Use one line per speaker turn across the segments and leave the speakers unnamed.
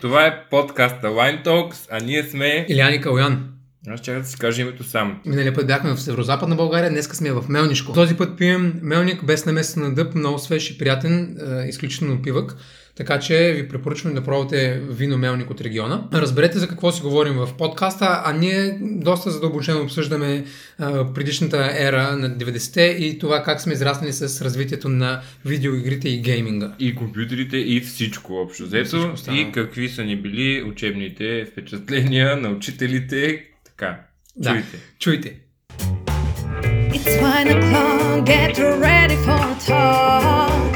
Това е подкаста Line Talks, а ние сме...
Илян и Калян.
Аз чакай да си кажа името сам.
Миналия път бяхме в Северо-Западна България, днес сме в Мелнишко. Този път пием мелник без намеса на дъб, много свеж и приятен, е, изключително пивък. Така че ви препоръчвам да пробвате вино мелник от региона. Разберете за какво си говорим в подкаста, а ние доста задълбочено обсъждаме е, предишната ера на 90-те и това как сме израснали с развитието на видеоигрите и гейминга.
И компютрите, и всичко общо. Взето,
всичко
и
останало.
какви са ни били учебните впечатления на учителите. Така,
Да.
чуйте.
Чуйте!
It's one o'clock, get ready for a talk.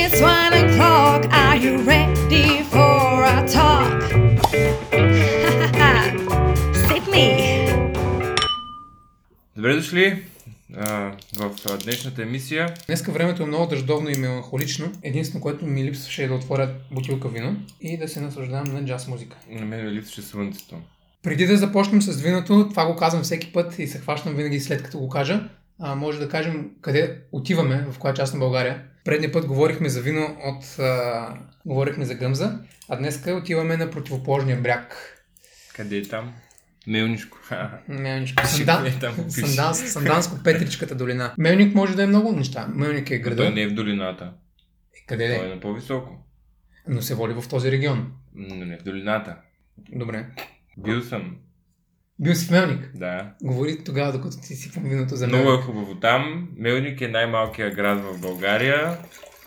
It's one o'clock, are you ready for a talk? Sydney.
Добре дошли а, в а, днешната емисия.
Днеска времето е много дъждовно и меланхолично. Единствено, което ми липсваше е да отворя бутилка вино и да се наслаждавам на джаз музика.
На мен ми липсваше слънцето.
Преди да започнем с виното, това го казвам всеки път и се хващам винаги след като го кажа. А, може да кажем къде отиваме, в коя част на България. Предния път говорихме за вино от... А, говорихме за гъмза, а днеска отиваме на противоположния бряг.
Къде е там? Мелнишко. Ха.
Мелничко.
Пиши,
Сандан...
къде е там, пиши.
Санданс... Санданско, Петричката долина. Мелник може да е много неща. Мелник е
Той
града.
не е в долината.
Къде да
Той
е?
е на по-високо.
Но се води в този регион.
Но не е в долината.
Добре.
Бил съм.
Бил си в Мелник.
Да.
Говори тогава, докато ти си виното за
Много
мен.
е хубаво там. Мелник е най-малкият град в България.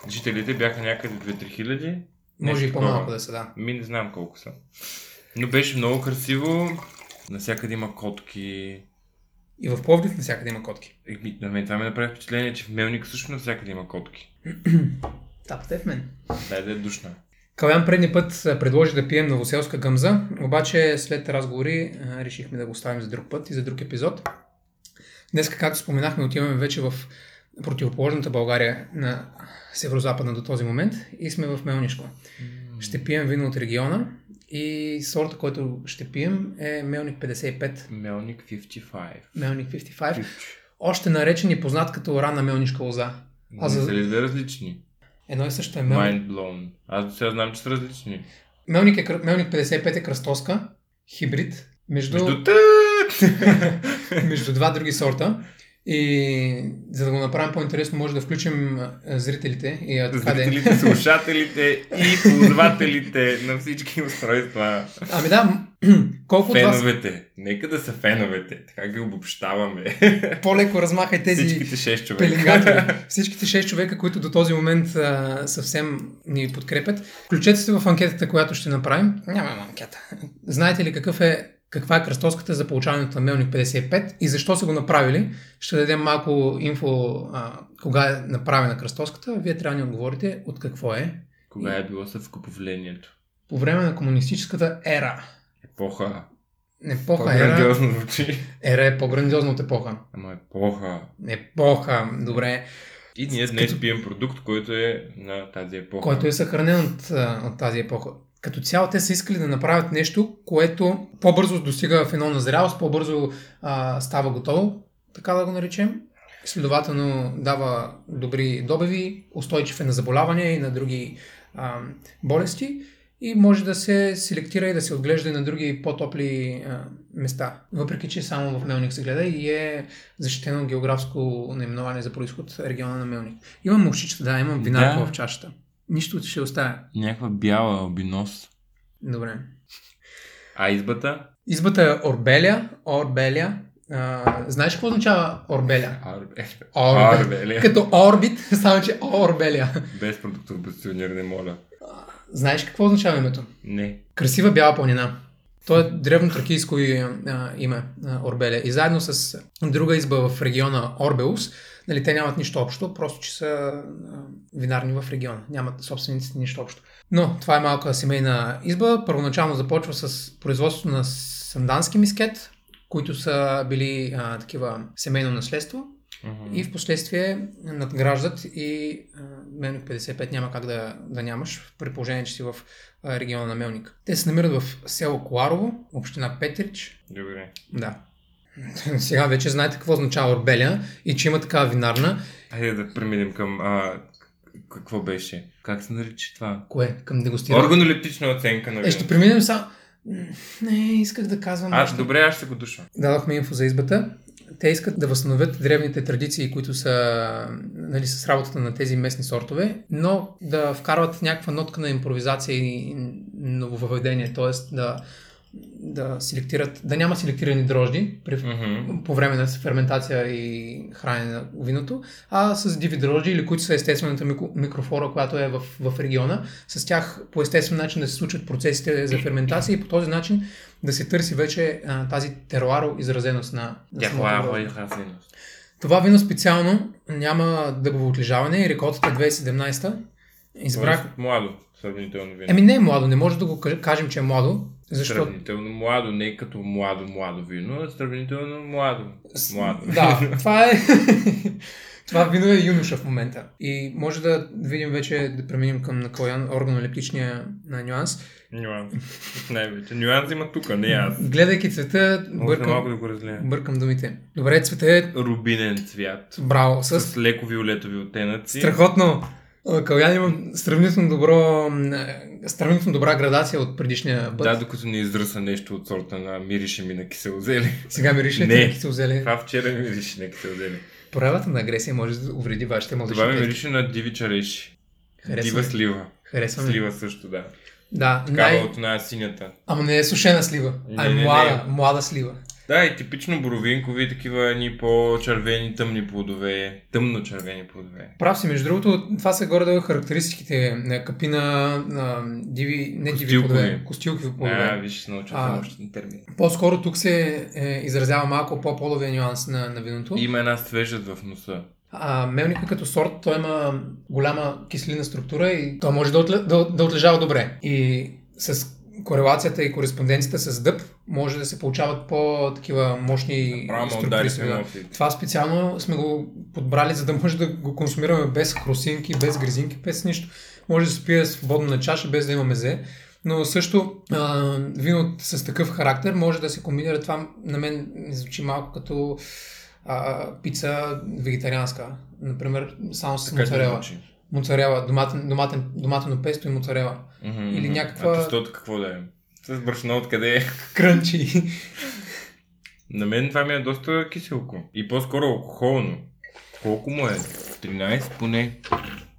Жителите бяха някъде 2-3 хиляди.
Може и
Нещо
по-малко
такова.
да се да.
Ми не знам колко са. Но беше много красиво. Насякъде има котки.
И в Пловдив навсякъде има котки.
И ми- На мен това ми направи впечатление, че в Мелник също навсякъде има котки.
Тапът е в мен.
Дай да е душна.
Калян предния път а, предложи да пием новоселска гъмза, обаче след разговори а, решихме да го оставим за друг път и за друг епизод. Днес, както споменахме, отиваме вече в противоположната България на северо-западна до този момент и сме в Мелнишко. Ще пием вино от региона и сорта, който ще пием е Мелник 55,
Мелник 55.
Мелник 55, още наречен и познат като рана Мелнишка лоза.
А
А
за...
за-
Са ли две различни?
Едно и също е Мелник.
Mind blown. Аз до сега знам, че са различни.
Мелник, е, кръ- Мелник 55 е кръстоска, хибрид, между,
Между
между...
тъ-
между два други сорта. И за да го направим по-интересно, може да включим а, зрителите и а, така да е.
Зрителите, слушателите и ползвателите на всички устройства.
Ами да, м, колко от вас
Феновете. Нека да са феновете. Така ги обобщаваме.
Ами, по-леко размахай тези
Всичките шест човека.
пеленгатори. Всичките 6 човека, които до този момент а, съвсем ни подкрепят, включете се в анкетата, която ще направим. Нямам анкета. Знаете ли какъв е каква е кръстоската за получаването на Мелник 55 и защо са го направили? Ще дадем малко инфо а, кога е направена кръстоската. Вие трябва да ни отговорите от какво е.
Кога е било съвкуповлението?
По време на комунистическата ера.
Епоха.
Епоха ера.
По-грандиозно звучи.
Ера е по-грандиозна от епоха.
Ама епоха.
Епоха, добре.
И ние днес пием продукт, който е на тази епоха.
който е съхранен от, а, от тази епоха. Като цяло те са искали да направят нещо, което по-бързо достига в едно назрялост, по-бързо а, става готово, така да го наречем. Следователно дава добри добиви, устойчив е на заболявания и на други а, болести и може да се селектира и да се отглежда и на други по-топли а, места. Въпреки, че само в Мелник се гледа и е защитено географско наименование за происход региона на Мелник. Имам мушичета, да, имам винарка
Да.
в чашата. Нищо ще оставя.
Някаква бяла обинос.
Добре.
А избата?
Избата е Орбеля. Орбеля. А, знаеш какво означава Орбеля?
Арбе.
Орбеля.
Арбе.
Като орбит, само че Орбеля.
Без продуктов бастионер не моля.
Знаеш какво означава името?
Не.
Красива бяла планина. То е древно тракийско и, а, име а, Орбеля. И заедно с друга изба в региона Орбеус, нали, те нямат нищо общо, просто че са а, винарни в региона. Нямат собствениците нищо общо. Но това е малка семейна изба. Първоначално започва с производството на сандански мискет, които са били а, такива семейно наследство
Мгм.
и в последствие надграждат и а, Мелник 55 няма как да, да нямаш, при положение, че си в а, региона на Мелник. Те се намират в село Коларово, община Петрич.
Добре.
Да. Сега вече знаете какво означава Орбеля и че има такава винарна.
Хайде да преминем към а, какво беше? Как се нарича това?
Кое? Към дегустиране?
Органолептична оценка нали? на
Е, ще
вино.
преминем само... М, Не, исках да казвам
А,
нещо.
добре, аз ще го душа.
Дадохме инфо за избата. Те искат да възстановят древните традиции, които са нали, с работата на тези местни сортове, но да вкарват някаква нотка на импровизация и нововъведение, т.е. да, да селектират, да няма селектирани дрожди при,
Мгм.
по време на ферментация и хранене на виното, а с диви дрожди или които са естествената мико- микрофлора, която е в, в региона, с тях по естествен начин да се случат процесите за ферментация и по този начин да се търси вече а, тази теруаро изразеност на, на
Тя
самото
хлава
дрождие.
и хазеност.
Това вино специално няма дъгово отлежаване и е рекордата 2017 избрах...
Младо, сравнително вино.
Еми не е младо, не може да го каж- кажем, че е младо, защото
Сравнително младо, не като младо, младо вино, а сравнително младо. Младо.
Да, това е... това вино е юноша в момента. И може да видим вече, да преминем към на кой органолептичния на нюанс.
Нюанс. Най-вече. Нюанс има тук, не аз.
Гледайки цвета,
Може да малко
бъркам,
да го разгледам.
бъркам думите. Добре, цвета е
Рубинен цвят.
браво. С
С леко виолетови оттенъци.
страхотно. А, Калян имам сравнително добро, м, е, сравнително добра градация от предишния път.
Да, докато не изръса нещо от сорта на мирише ми на киселозели.
Сега мирише,
Не.
ти се взели.
Това вчера мирише на киселозели.
Проявата на агресия може да увреди вашите младежи.
Това ми мирише на диви чареши.
Харесваме.
Дива слива.
Харесваме.
Слива също, да.
Да,
Такава
най...
от една синята.
Ама не е сушена слива, а
Не,
е
не, не.
млада, млада слива.
Да, и типично боровинкови, такива ни по-червени, тъмни плодове. Тъмно-червени плодове.
Прав си, между другото, това са горе-долу характеристиките на капина, на диви, не диви
Костилкови. Е.
плодове, костилки
А,
плодове.
виж, научил
А.
съм още термин.
По-скоро тук се е, изразява малко по-половия нюанс на, на виното.
Има една свежест в носа.
А мелника като сорт, той има голяма киселина структура и той може да, отле, да, да отлежава добре. И с корелацията и кореспонденцията с дъб може да се получават по-такива мощни
Право удари
структури.
се
с вино.
носи.
Това специално сме го подбрали, за да може да го консумираме без хрусинки, без гризинки, без нищо. Може да се пие свободно на чаша, без да има мезе. Но също а, вино с такъв характер може да се комбинира. Това на мен ми звучи малко като а, пица вегетарианска. Например, само с
Така се
моцарела.
звучи.
Моцарела, доматен, доматен, доматено песто и моцарела.
Мгм.
Или някаква-
А тестото какво да е? С брашно откъде е?
Крънчи.
На мен това ми е доста киселко. И по-скоро алкохолно. Колко му е? 13 поне.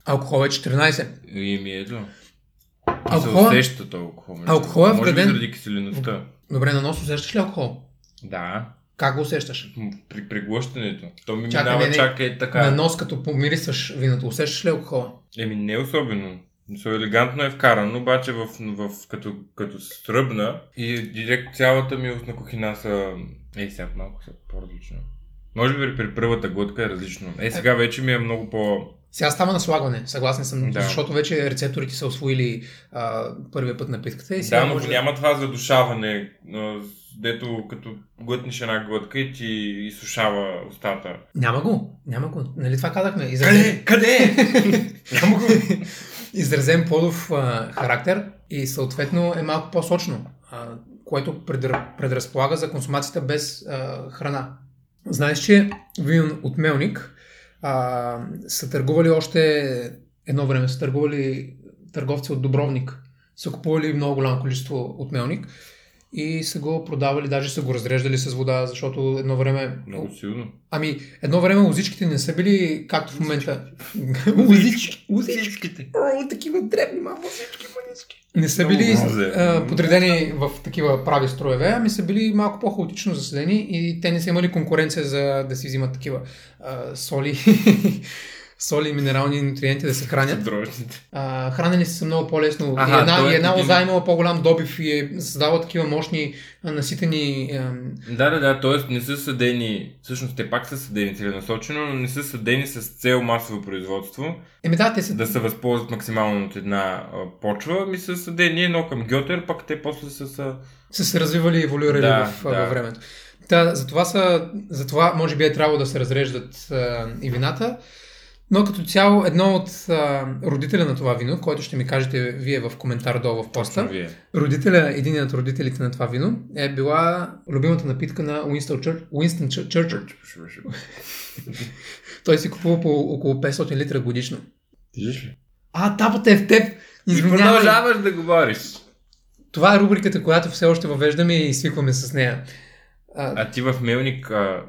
Алкохол е 14.
И ми е ето. И се
Алкохол-
усеща то алкохол.
алкохол е
Може би
вграден-
заради киселеността.
Добре, на нос усещаш ли алкохол?
Да.
Как го усещаш?
М, При преглъщането. То ми
Чакай,
минава
не, не.
чак е така.
На нос, като помирисваш виното, усещаш ли алкохола?
Еми не особено. Со елегантно е вкаран, обаче в, в, като, като стръбна и директ цялата милост на кухина са... Ей, сега малко са по-различно. Може би при първата глътка е различно. Е, сега вече ми е много по...
Сега става на слагане, съгласен съм,
Да.
да. защото вече рецепторите са освоили а, първия път напитката и Е, сега
Да,
да,
но
може...
няма това задушаване, а, с- дето като глътнеш една глътка и ти изсушава устата.
няма го, няма го. Нали това казахме? Изразен,
Къде? Къде? няма го.
изразен плодов а, характер и съответно е малко по-сочно, а, което предра- предразполага за консумацията без а, храна. Знаеш, че вин от Мелник а, са търгували още едно време, са търгували търговци от Добровник. Са купували много голямо количество от Мелник и са го продавали, даже са го разреждали с вода, защото едно време...
Много силно.
Ами, едно време лозичките не са били както в момента. Лозички. Лозички.
Всичките.
О, такива дребни, мамо. Не са били
Много мразе.
а, подредени в такива прави строеве, ами са били малко по-хаотично заседени и те не са имали конкуренция за да си взимат такива а, соли, соли и минерални нутриенти да се хранят.
Дрожните.
А, хранени са много по-лесно.
Аха,
и една,
той е
и една
един-
лоза е имала по-голям добив и е създавала такива мощни, а, наситени... ам,
Да, да, да, т.е. не са съдени, всъщност те пак са съдени целенасочено, но не са съдени с цел масово производство,
Еми да, те са...
да се възползват максимално от една а, почва, ми са съдени едно към Гьотер, пък те после са... са...
са се развивали и еволюирали
Да,
да, в,
да.
да. във времето. Та, затова, са, затова може би е трябвало да се разреждат а, и вината. Но като цяло, едно от а, родителя на това вино, който ще ми кажете вие в коментар долу в поста,
Вие.
родителя, един от родителите на това вино, е била любимата напитка на Уинстън Чърч. Уинстън Чър- Чърчил. Той си купува по около 500 литра годишно.
Виждаш ли?
А, тапата е в теб.
И
Извинявай.
продължаваш да говориш.
Това е рубриката, която все още въвеждаме и свикваме с нея. А,
А ти в мелник... А...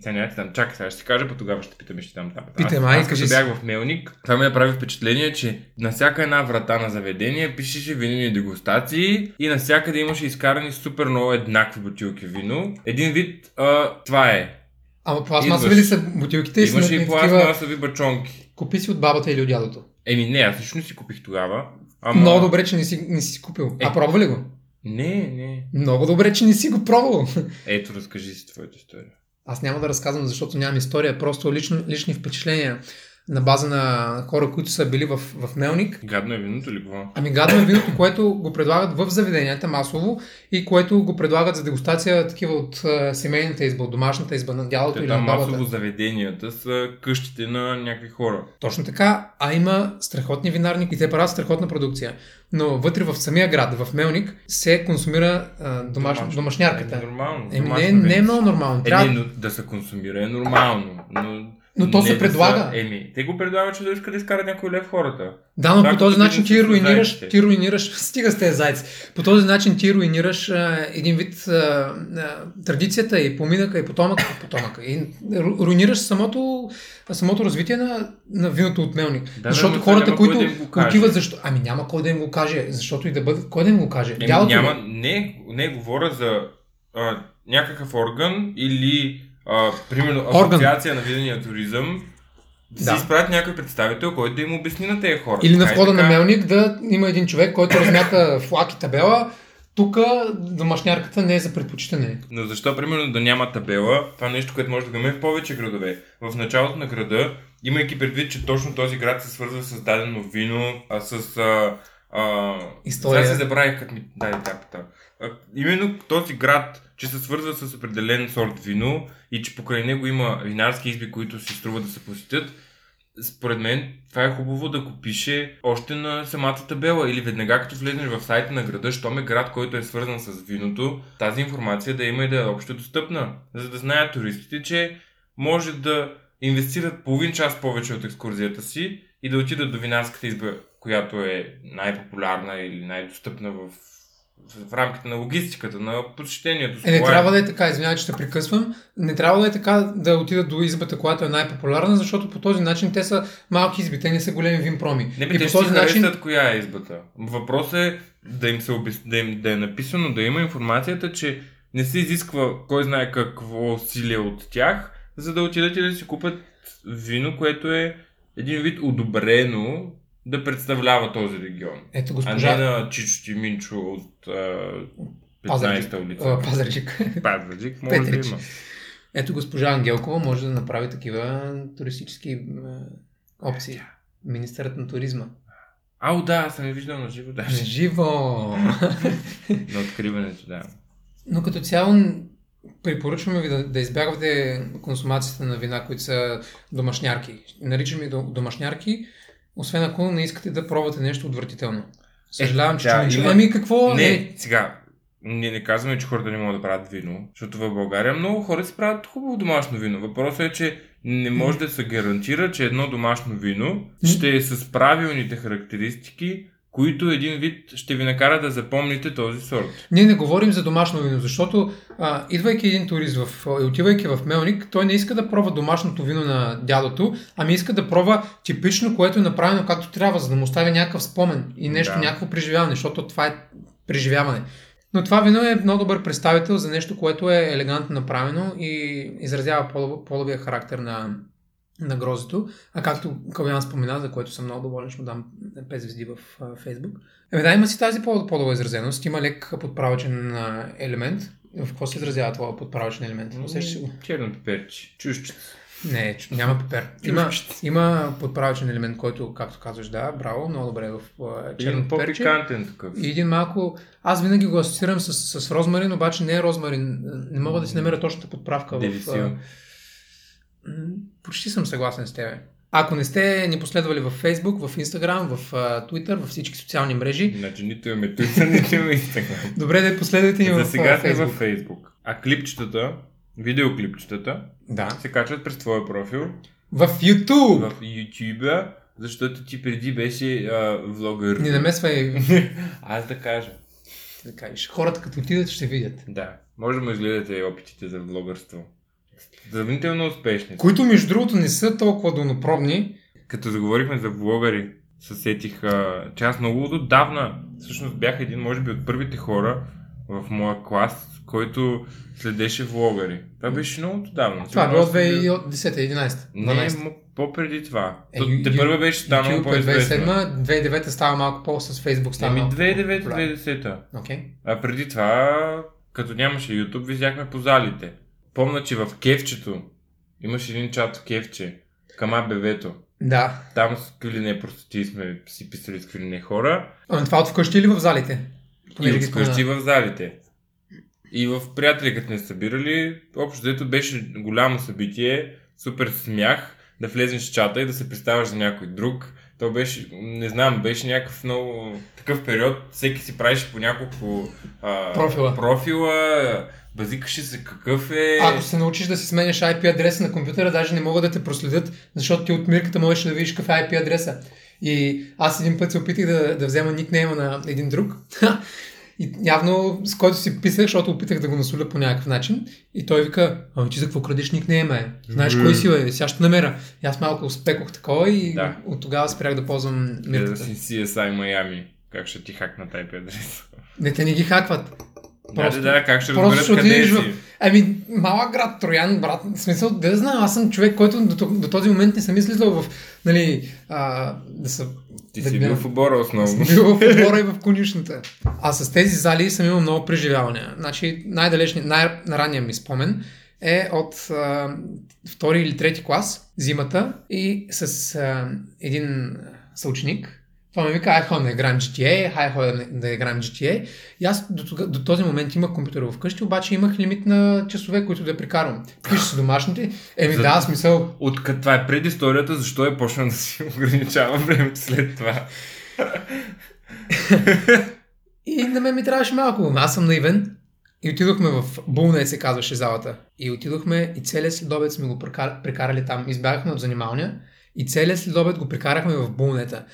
Сега няма да ти дам. Чакай, сега ще ти кажа, по тогава ще питам и ще ти дам тапата.
Питай,
Аз-
май,
аз,
кажи
като
си.
бях в мелник, това ми направи впечатление, че на всяка една врата на заведение пишеше винени дегустации и навсякъде имаше изкарани супер много еднакви бутилки вино. Един вид, а, това е.
ама пластмасови
идваш.
ли са бутилките? и са
Имаше и
на такива...
пластмасови бачонки. Купи.
Купи си от бабата или от дядото.
Еми не, аз лично си купих тогава. Ама...
Много добре, че не си, не си купил.
Е.
А пробва ли го?
Не, не.
Много добре, че не си го пробвал.
Ето, разкажи си твоята история.
Аз няма да разказвам, защото нямам история, просто лично, лични впечатления на база на хора, които са били в, в Мелник.
Гадно е виното ли какво?
Ами гадно е виното, което го предлагат в заведенията масово и което го предлагат за дегустация такива от а, семейната изба, от домашната изба на дялото
Те
или на
там
е бабата.
масово заведенията са къщите на някакви хора.
Точно така, а има страхотни винарни и те правят страхотна продукция. Но вътре в самия град, в Мелник, се консумира а, домаш...
Домашно. Е,
домашнярката.
нормално.
Еми, не,
домашно
не е
вино.
много нормално.
Е, не,
Трябва...
но да се консумира е нормално. Но,
Но то
не
се
да
предлага.
Са, еми, те го предлагат, че да искат да изкарат някой лев хората.
Да, но по
Както
този
като
начин ти
един с
руинираш,
зайците.
ти руинираш, стига с тези зайци. По този начин ти руинираш а, един вид а, а, традицията и поминъка и потомъка, и потомъка. И ру, руинираш самото, самото развитие на, на виното от Мелник.
Да,
Да,
да,
защото
но
да,
това
хората,
няма кой
които
да им го каже.
отиват, защо... Ами няма кой да им го каже, защото и да бъде, кой да им го каже?
Еми,
Дялото
няма,
ли?
не, не говоря за а, някакъв орган или а, примерно
Орган.
асоциация на видения туризъм. Да,
Да.
си изпратят някой представител, който да им обясни на тези хора.
Или на
Така е. и
входа на
така.
Мелник да има един човек, който размята флаг и табела. Тук домашнярката не е за предпочитане.
Но защо, примерно, да няма табела, това е нещо, което може да го има и в повече градове. В началото на града, имайки предвид, че точно този град се свързва с дадено вино, а с... А, а...
История.
Сега се забравих, като ми дай тапата. А, Именно този град, че се свързва с определен сорт вино и че покрай него има винарски изби, които си струва да се посетят, според мен това е хубаво да го пише още на самата табела или веднага като влезнеш в сайта на града, щом е град, който е свързан с виното, тази информация да има и да е общо достъпна, за да знаят туристите, че може да инвестират половин час повече от екскурзията си и да отидат до винарската изба, която е най-популярна или най-достъпна в, в рамките на логистиката, на посещението. с
Е, не
кола.
трябва да е така, извинявай, че ще прекъсвам. Не трябва да е така да отидат до избата, която е най-популярна, защото по този начин те са малки изби, те не са големи винпроми.
Не
и
би, те
по
ще
този
си
начин,
харесат коя е избата. Въпросът е да им се обяс... да, им, да е написано, да има информацията, че не се изисква кой знае какво усилие от тях, за да отидат и да си купят вино, което е един вид одобрено да представлява този регион.
ето
А
госпожа
не на Чичо Тиминчо от а, 15-та
Пазарджик,
улица.
а, Пазарджик.
Пазарджик може да
Петрич.
има.
Ето госпожа Ангелкова може да направи такива туристически м, опции. Министърът на туризма.
Ау, да, аз съм я виждал на живо, да.
Живо!
На откриването, да.
Но като цяло препоръчваме ви да, да избягвате консумацията на вина, които са домашнярки. Наричаме ги до- домашнярки, освен ако не искате да пробвате нещо отвратително. Съжалявам, че
Е, да,
да,
има-
Ами какво?
Не, сега, ние не казваме, че хората не могат да правят вино, защото в България много хора си правят хубаво домашно вино. Въпросът е, че не може да се гарантира, че едно домашно вино ще е с правилните характеристики, които един вид ще ви накара да запомните този сорт.
Ние не говорим за домашно вино, защото а, идвайки един турист в, и отивайки в Мелник, той не иска да пробва домашното вино на дядото, ами иска да пробва типично, което е направено както трябва, за да му оставя някакъв спомен и нещо,
Да.
някакво преживяване, защото това е преживяване. Но това вино е много добър представител за нещо, което е елегантно направено и изразява полов- половия характер на, на грозето. А както Калян спомена, за което съм много доволен, ще му дам 5 звезди в а, Фейсбук. Еми да, има си тази по- по-дълга изразеност. Има лек подправочен а, елемент. В какво се изразява това подправочен елемент? Усещаш ли го?
Черно пеперче, чушче.
Не, ч- няма пипер. Има, има подправочен елемент, който, както казваш, да, браво, много добре е в а, черно
Един
пиперче.
по-пикантен такъв.
И един малко... Аз винаги го асоциирам с, с розмарин, обаче не е розмарин. Не мога да си намеря точната подправка в... а,
Девисил.
М, Почти съм съгласен с тебе. Ако не сте ни последвали във Facebook, в Instagram, в а, Twitter, във всички социални мрежи,
Значи нито имаме Twitter, нито имаме Instagram.
добре да последвате ни в
За
а,
сега сме
Facebook.
във Facebook. А клипчетата, видеоклипчетата,
Да.
се качват през твоя профил.
В YouTube!
в YouTube, защото ти преди беше а, влогър.
Не намесвай,
Аз да кажа.
ти да кажеш. Хората като отидат ще видят.
Да. Може да му изгледате и опитите за влогърство. Сравнително успешни.
Които между другото не са толкова дълнопробни.
Като заговорихме за влогъри, се сетих, а, че аз много отдавна всъщност бях един, може би, от първите хора в моя клас, който следеше влогъри. Това беше много отдавна.
Това е било
Сигурно аз съм бил-
2010-11.
Не, м- по-преди това.
Е,
То-
ю-
Те
ю-
първа беше станало
YouTube е
по-известно.
2007, 2009 става малко по-с Facebook става
Ами
малко
2009-2010.
Окей.
А преди това, като нямаше YouTube, видяхме по залите. Помня, че в кефчето имаше един чат в кефче, към АБВ-то.
Да.
Там с какви ли не простоти сме си писали с какви ли не хора.
Ами това от вкъщи или в залите?
И
Понеже
от
ги
вкъщи
спомена.
в залите. И в приятели, като не събирали, общо дето беше голямо събитие, супер смях, да влезеш в чата и да се представяш за някой друг. То беше, не знам, беше някакъв много такъв период, всеки си правеше по няколко а,
Профила.
профила, базикаше се какъв е.
Ако се научиш да си сменяш IP адреса на компютъра, даже не могат да те проследят, защото ти от мирката можеш да видиш какъв е IP адреса. И аз един път се опитах да, да взема никнейма на един друг. И явно с който си писах, защото опитах да го насоля по някакъв начин. И той вика, ами ти за какво крадеш никнейма е? Знаеш
Мгм.
кой си е? Сега ще намеря. И аз малко успекох такова и
Да.
от тогава спрях да ползвам
Е, да
мирката.
си CSI Miami. Как ще ти хакна IP адреса?
Не, те не ги хакват.
Да, да, да, как ще
Просто
разберат
ще
къде е
отидеш
си?
в... Ами, малък град Троян, брат, в смисъл, да знам, аз съм човек, който до, то- до този момент не съм излизал в, нали, а, да съм
Ти
да
си
бил-
бил в обора основно.
бил в отбора и в конюшната. А с тези зали съм имал много преживявания. Значи, най-далечният, най-ранният ми спомен е от а, втори или трети клас, зимата, и с а, един съученик. Това ми вика, ай ходим да играем GTA, ай ходим да играем GTA. И аз до, тога, до този момент имах компютъра вкъщи, обаче имах лимит на часове, които да прикарвам. Пише се домашните. Еми
За-
да, смисъл,
От къ- това е предисторията, защо е почнал да си ограничава времето след това.
И на мен ми трябваше малко. Аз съм наивен. И отидохме в Булне, се казваше залата. И отидохме и целият следобед сме го прекар... прекарали там. Избягахме от занималния и целият следобед го прекарахме в Булнета.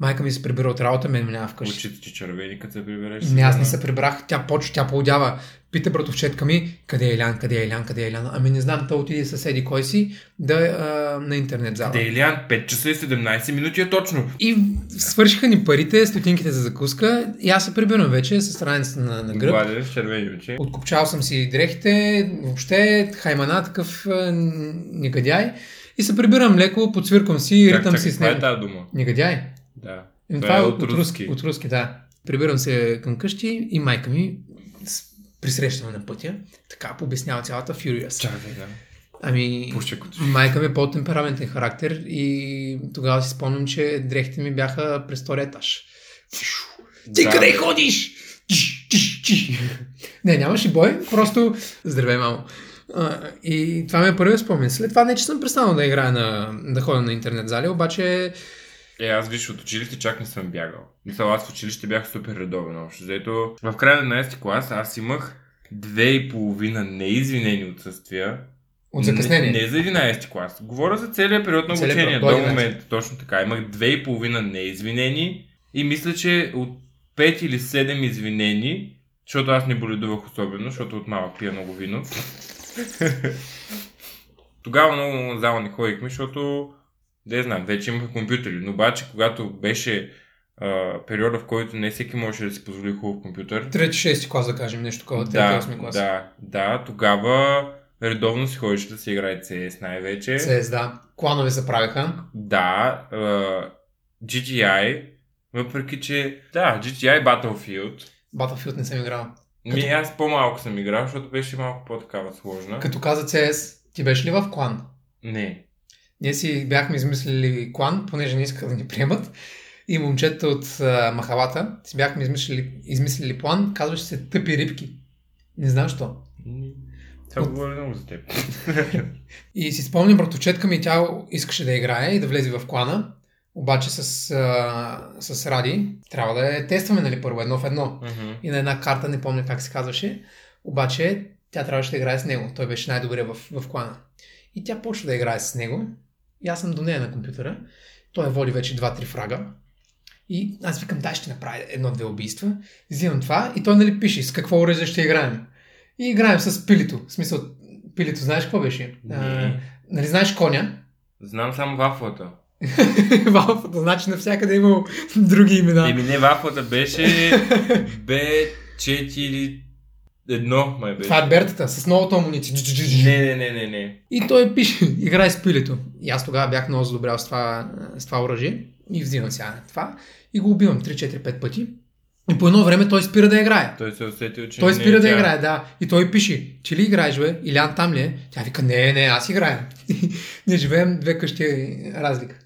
Майка ми се прибира от работа, мен минава вкъщи.
Очите ти червени, като се прибереш.
Не, аз
сигурно.
не се прибрах, тя почва, тя поудява. Пита братовчетка ми, къде е Елян, къде е Елян, къде е Елян. Ами не знам, той отиде със еди кой си да, е, а, на интернет зала.
Дейлиан, 5 часа и 17 минути е точно.
И свършиха ни парите, стотинките за закуска и аз се прибирам вече с раницата на, на гръб.
Гладеш, червени очи.
Откопчал съм си дрехите, въобще хаймана, такъв е, негодяй. И се прибирам леко, подсвирквам си и
Чак,
ритам
чак,
си с
каква е
него.
тази дума?
Негодяй.
Да.
Еми, Това е от, от руски. От руски, да. Прибирам се към къщи и майка ми с- присрещаме на пътя. Така побеснява цялата Furious.
Чакай, да.
Ами,
Пуша като
майка ми е по-темпераментен характер и тогава си спомням, че дрехите ми бяха през втория етаж. Фишу. Ти
Да.
къде ходиш? Чш, чш, чш. Не, нямаше бой, просто здравей, мамо. А, И това ми е първият спомен. След това не, че съм престанал да играя на, да ходя на интернет зали, обаче
Е, аз виж от училище чак не съм бягал. Мисля, аз в училище бях супер редовен общо. Заето в края на 11 клас аз имах две и половина неизвинени отсъствия.
от закъснение.
Не, не за 11 клас. Говоря за целия период на
Целия
обучение.
период, до
До
11.
момента, точно така. Имах две и половина неизвинени и мисля, че от 5 или 7 извинени, защото аз не боледувах особено, защото от малък пия много вино. Тогава много на зала не ходихме, защото не знам, вече имаха компютъри. Но обаче, когато беше а, периода, в който не всеки можеше да си позволи хубав компютър,
Трети, шести клас, да кажем, нещо такова.
да,
Трети, осми клас.
да, да, тогава редовно си ходиш да си играе CS най-вече.
CS, да. Кланове се правиха.
Да, а, GTI, въпреки че, да, GTI Battlefield.
Battlefield не съм играл.
Ми аз по-малко съм играл, защото беше малко по-такава сложна.
Като каза CS, ти беше ли в клан?
Не.
Ние си бяхме измислили клан, понеже не искаха да ни приемат. И момчета от а, махалата си бяхме измислили, измислили план, казваше се тъпи рибки. Не знам що.
М, Това
От-
говори много за теб.
И си спомням братовчетка ми, тя искаше да играе и да влезе в клана. Обаче с, а, с Ради трябва да я тестваме, нали, първо едно в едно.
Мгм.
И на една карта, не помня как се казваше, обаче тя трябваше да играе с него. Той беше най-добре в, в клана. И тя почва да играе с него. И аз съм до нея на компютъра. Той води вече 2-3 фрага. И аз викам, да, ще направя едно-две убийства. Взимам това и той нали пише с какво оръжие ще играем. И играем с пилито. В смисъл, пилито, знаеш какво беше? А,
Не.
нали знаеш коня?
Знам само вафлата.
Валфата, значи навсякъде е имал други имена.
Еми не, вафлата беше B4... Едно, май беше.
Това е бертата с новата амуниция. Джу-джу-джу-джу.
Не, не, не, не, не.
И той пише, играй с пилето. И аз тогава бях много задобрял с това, с това оръжие и взимам сега това и го убивам 3-4-5 пъти. И по едно време той спира да играе.
Той се усетил, че
Той
не е
спира да
тя.
играе, да. И той пише, ти ли играеш, бе? Илян там ли е? Тя вика, не, не, аз играя. Ние живеем две къщи разлика.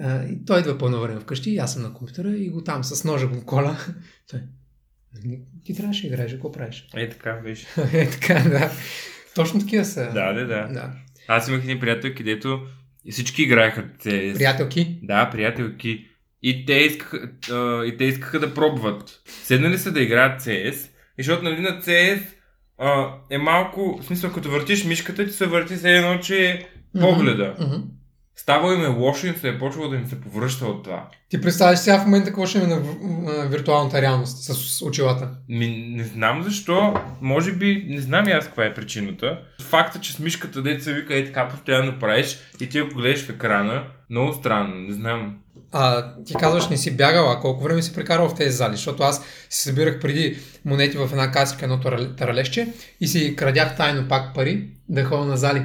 А, и той идва по едно време вкъщи, и аз съм на компютъра и го там с ножа го кола. Той, "Нали ти трябваше да играеш, какво правиш?
Е, така беше.
е така, да. Точно такива са.
Да, да, да.
да.
Аз имах един приятел, където всички играеха CS.
Приятелки,
Да, приятелки. И те, искаха, а, и те искаха да пробват. Седнали са да играят CS, и защото нали на CS а, е малко, в смисъл като въртиш мишката, ти се върти все едно, че е погледа.
Мгм.
Става им е лошо и се е почвало да им се повръща от това.
Ти представяш сега в момента какво ще има на в- на виртуалната реалност с очилата.
Ми, не знам защо, може би, не знам и аз каква е причината. Факта, че с мишката деца вика е така постоянно правиш и ти ако гледаш в екрана, много странно, не знам.
А ти казваш, не си бягал, а колко време си прекарал в тези зали? Защото аз си събирах преди монети в една касичка, едно тарал- таралеще и си крадях тайно пак пари да ходя на зали.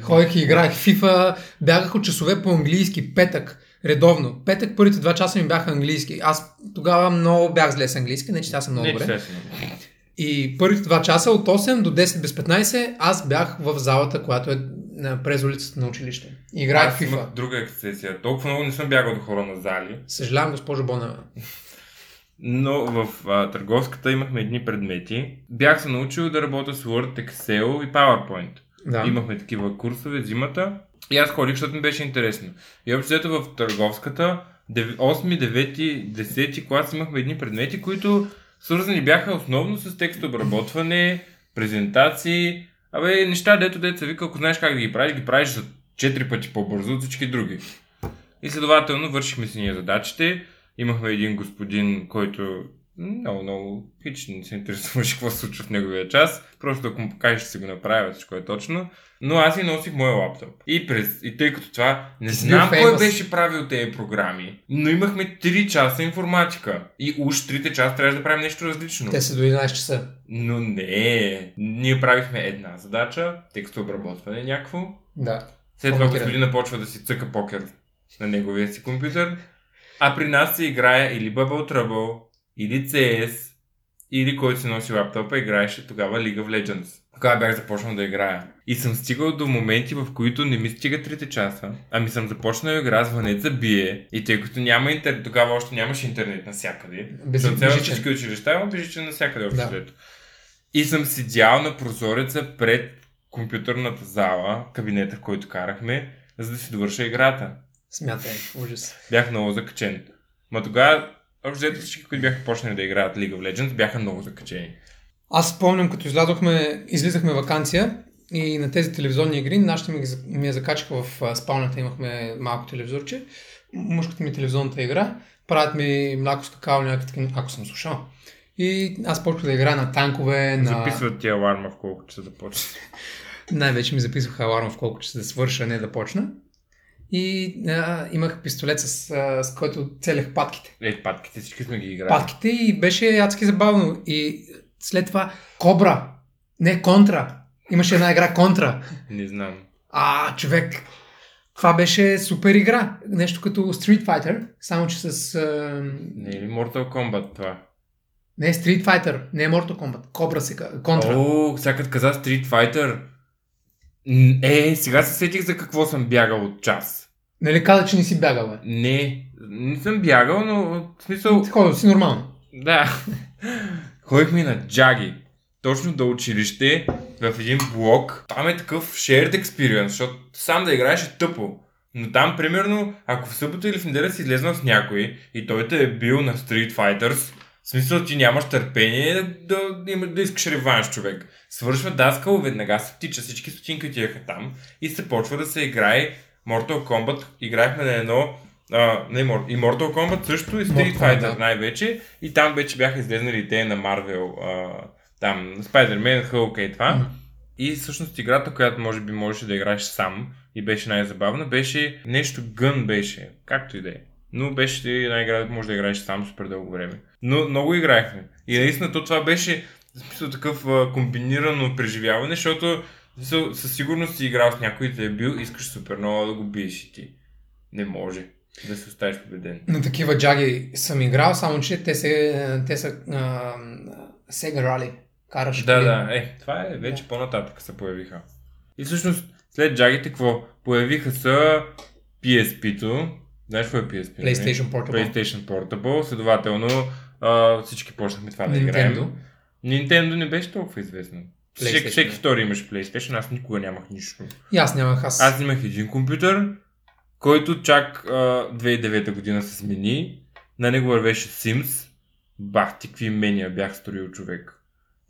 Ходих и играех в FIFA, бягах от часове по английски, петък, редовно. Петък първите два часа ми бяха английски. Аз тогава много бях зле с английски, не че аз съм много
не, че
добре.
сега съм.
И първите два часа от 8 до 10 без 15 аз бях в залата, която е на- през улицата на училище. И Играех
Аз
в FIFA.
имах друга ексцесия. Толкова много не съм бягал до хора на зали,
Съжалявам, госпожо Бонева.
но в а, търговската имахме едни предмети. Бях се научил да работя с Word, Excel и PowerPoint.
Да.
Имахме такива курсове зимата и аз ходих, защото ми беше интересно. И общо взето в търговската, дев- 8, 9, 10 клас имахме едни предмети, които свързани бяха основно с текстообработване, презентации, абе неща, дето деца вика, ако знаеш как да ги правиш, ги правиш за 4 пъти по-бързо от всички други. И следователно вършихме си ние задачите. Имахме един господин, който много, много хич не се интересуваше какво се случва в неговия час. Просто ако му покажеш, ще си го направя, всичко е точно. Но аз си носих моя лаптоп. И, през, и тъй като това не
Ти си
знам
бил
кой
famous.
беше правил тези програми, но имахме 3 часа информатика. И уж 3 часа трябваше да правим нещо различно.
Те са до 11 часа.
Но не, е. ние правихме една задача, текстообработване някакво,
Да.
след това
Коментирам.
господина почва да си цъка покер на неговия си компютър. А при нас се играе или Bubble Trouble, или CS, или който си носи лаптопа, играеше тогава League of Legends. Тогава бях започнал да играя. И съм стигал до моменти, в които не ми стига 3 часа. Ами съм започнал игра, звънеца бие. И тъй като няма интернет, тогава още нямаше интернет навсякъде.
Без-
Защото сега във
бежичен.
всички училища има бежичен навсякъде общо
Да.
взето. И съм седял на прозореца пред компютърната зала, кабинета, в който карахме, за да си довърша играта.
Смятай, ужас.
Бях много закачен. Ма тогава, общо взето всички, които бяха почнали да играят League of Legends, бяха много закачени.
Аз спомням, като излязохме, излизахме вакансия и на тези телевизионни игри, нашите ми, ги за- ми я закачаха в а, спалнята, имахме малко телевизорче. Мъжката ми е телевизионната игра, правят ми мляко с какао, някакви такива, ако съм слушал. И аз почнах да играя на танкове, на...
Записват ти аларма в колко часа започва.
Най-вече ми записваха аларм в колко часа да свърша, а не да почна. И а, имах пистолет, с, а, с който целях патките.
Е, патките всички сме ги играли.
патките и беше адски забавно. И след това Кобра, не Контра. Имаше една игра Контра.
Не знам.
А, човек, това беше супер игра. Нещо като Street Fighter, само че с... А...
Не е ли Mortal Kombat това?
Не Street Fighter, не е Mortal Kombat. Кобра се ка- Контра.
О, сега като каза Street Fighter. М, Е, сега се сетих за какво съм бягал от час.
Нали каза, че не си бягал, бе?
Не, не съм бягал, но в смисъл...
Ходил си нормално.
Да. Ходихме на джаги. Точно до училище, в един блок. Там е такъв shared experience, защото сам да играеш е тъпо. Но там, примерно, ако в събота или в неделя си излезнал с някой и той те е бил на Street Fighters, в смисъл ти нямаш търпение да, да, да, има- да искаш реванш човек. Свършва даскало, веднага се тича, всички стотинки отидаха там и се почва да се играе Mortal Kombat. Играехме на едно А, не, Mor- и Mortal Kombat също, и Street
Mortal Kombat,
Fighter
да.
най-вече. И там вече бяха излезнали идеи на Марвел, а, там Spider-Man, Hulk и това.
Мгм.
И всъщност играта, която може би можеше да играеш сам и беше най-забавна, беше нещо гън беше, както и да е. Но беше една игра, която може да играеш сам супер дълго време. Но много играехме. И наистина то това беше в смисъл такъв а, комбинирано преживяване, защото в смисъл, със сигурност си играл с някой, те е бил, искаш супер много да го биеш и ти. Не може да се оставиш победен.
На такива джаги съм играл, само че те, се, те са а, сега рали. Караш
Да,
коли.
да, е, това е вече
Да.
по-нататък се появиха. И всъщност след джагите какво? Появиха са PSP-то. Знаеш какво е PSP? нали?
PlayStation Portable.
PlayStation Portable, следователно а, всички почнахме това да
Nintendo.
играем. Nintendo не беше толкова известно. Всеки,
PlayStation.
всеки втори имаше PlayStation, аз никога нямах нищо.
И аз нямах аз.
Аз имах един компютър, който чак а, 2009 година се смени. На него вървеше Sims. Бах ти, какви мения бях строил човек.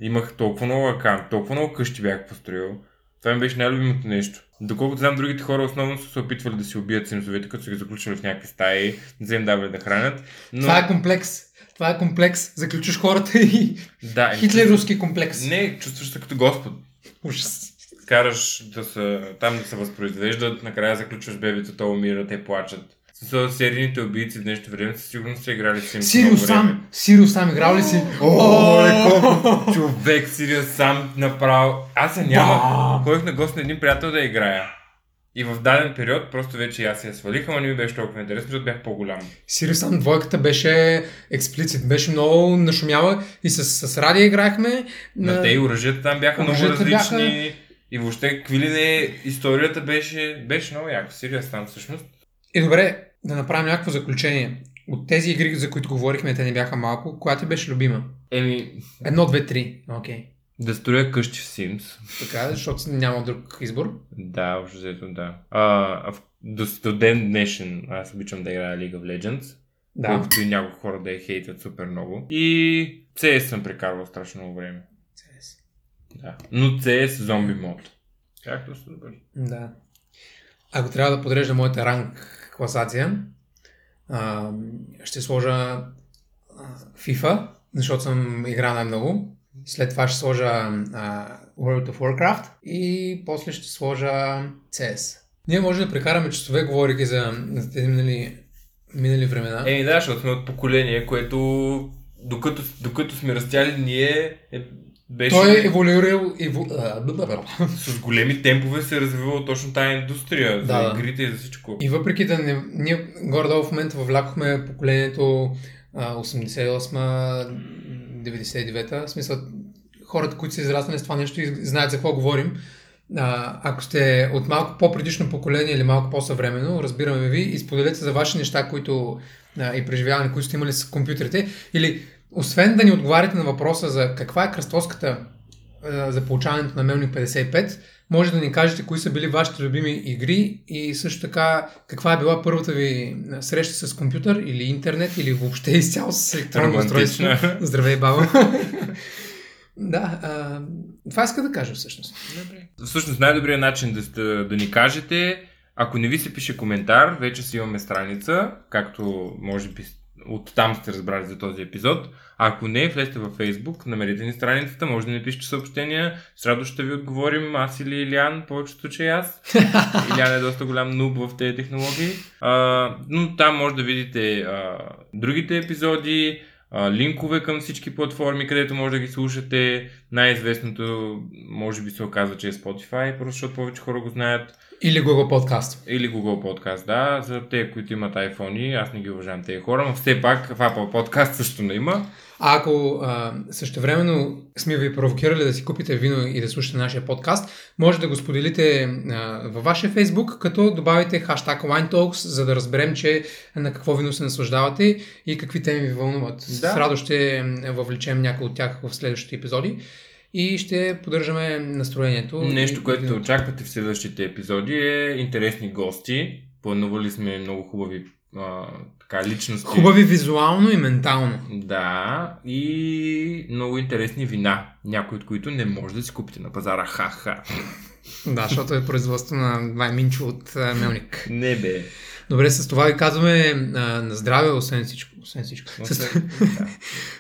Имах толкова много акаунт, толкова много къщи бях построил. Това ми беше най-любимото нещо. Доколкото знам, другите хора основно са се опитвали да си убият симсовете, като са ги заключвали в някакви стаи, не са им давали да хранят. Но...
Това е комплекс. Това е комплекс. Заключиш хората и
да, е-
хитлеровски комплекс.
Не, чувстваш се като Господ.
Ужас.
караш да са, там да се възпроизвеждат, накрая заключваш бебето, то умира, те плачат. С серийните убийци в днешно време със сигурност са играли с Sims
Сирио
много време.
сам. Сирио сам играл ли си?
О, леко, човек, Сириус сам направо. Аз се няма.
Да.
Ходих на гост на един приятел да играя. И в даден период просто вече и аз я свалих, ама не ми беше толкова интересно, защото бях по-голям.
Сирио сам двойката беше експлицит. Беше много нашумяла и с, с Ради играхме.
На те и оръжията там бяха много
Оръжията
различни.
бяха-
И въобще, какви ли не, историята беше, беше много яко. Сириус там всъщност.
Е, добре, да направим някакво заключение. От тези игри, за които говорихме, те не бяха малко, коя ти беше любима?
Еми,
Едно, две, три. Окей.
да строя къщи в Sims.
Така, защото няма друг избор.
Да, общо взето да. А, в- до, до ден днешен аз обичам да играя League of Legends. Да.
Да.
Колкото и някои хора да я хейтят супер много. И CS съм прекарвал страшно много време. Да. Но CS е зомби мод. Както се добър.
Да. Ако трябва да подрежда моята ранг класация, а, ще сложа а, FIFA, защото съм играл най-много. След това ще сложа а, World of Warcraft и после ще сложа CS. Ние може да прекараме часове, говорики за, за тези минали, минали времена.
Еми да, защото сме от поколение, което докато, докато сме растяли, ние е, беше
Той е еволюирал еву... а, бла, бла, бла.
с големи темпове се е развивала точно тази индустрия да.
Да.
за игрите и за всичко.
И въпреки да не... Ние горе-долу в момента въвлякохме поколението а, 88-99, в смисъл хората, които са израснали с това нещо и знаят за какво говорим. А, ако сте от малко по-предишно поколение или малко по-съвременно, разбираме ви и споделете за ваши неща, които а, и преживяване, които сте имали с компютрите. Или, освен да ни отговаряте на въпроса за каква е кръстоската а, е, за получаването на Мелник 55, може да ни кажете кои са били вашите любими игри и също така каква е била първата ви а, среща с компютър или интернет или въобще изцяло с електронно устройство.
Романтична.
Здравей, баба. да, а, това иска да кажа всъщност.
Всъщност най-добрият начин да, сте- да ни кажете, ако не ви се пише коментар, вече си имаме страница, както може би от там сте разбрали за този епизод. А ако не, влезте във Facebook, намерете ни страницата, може да ни пишете съобщения, с радост ще ви отговорим, аз или Илян, повечето, че и аз. Илян е доста голям нуб в тези технологии. А, но там може да видите а, другите епизоди, а, линкове към всички платформи, където може да ги слушате. Най-известното, може би се оказва, че е Spotify, просто защото повече хора го знаят.
Или Google подкаст.
Или Google Podcast, да, за те, които имат iPhone, аз не ги уважавам тези хора, но все пак в Apple Podcast също не има.
А ако а, същевременно сме ви провокирали да си купите вино и да слушате нашия подкаст, може да го споделите а, във вашия Facebook, като добавите хаштаг WineTalks, за да разберем, че на какво вино се наслаждавате и какви теми ви вълнуват. Да.
Да.
С радост ще въвлечем някои от тях в следващите епизоди и ще поддържаме настроението.
Нещо,
и-
което очаквате в следващите епизоди е интересни гости. Планували сме много хубави а, така, личности.
Хубави визуално и ментално.
Да, и много интересни вина, някои от които не може да си купите на пазара. Ха-ха.
Да, защото е производство на Вай Минчо от а, Мелник.
Не бе.
Добре, с това ви казваме а, на здраве, освен всичко. Освен всичко.
Но
С,
се- да.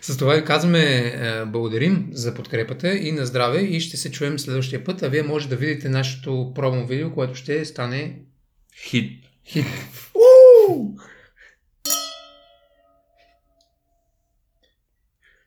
с това ви казваме а, благодарим за подкрепата и на здраве и ще се чуем следващия път, а вие може да видите нашето пробно видео, което ще стане
Хит.
хит. Уу!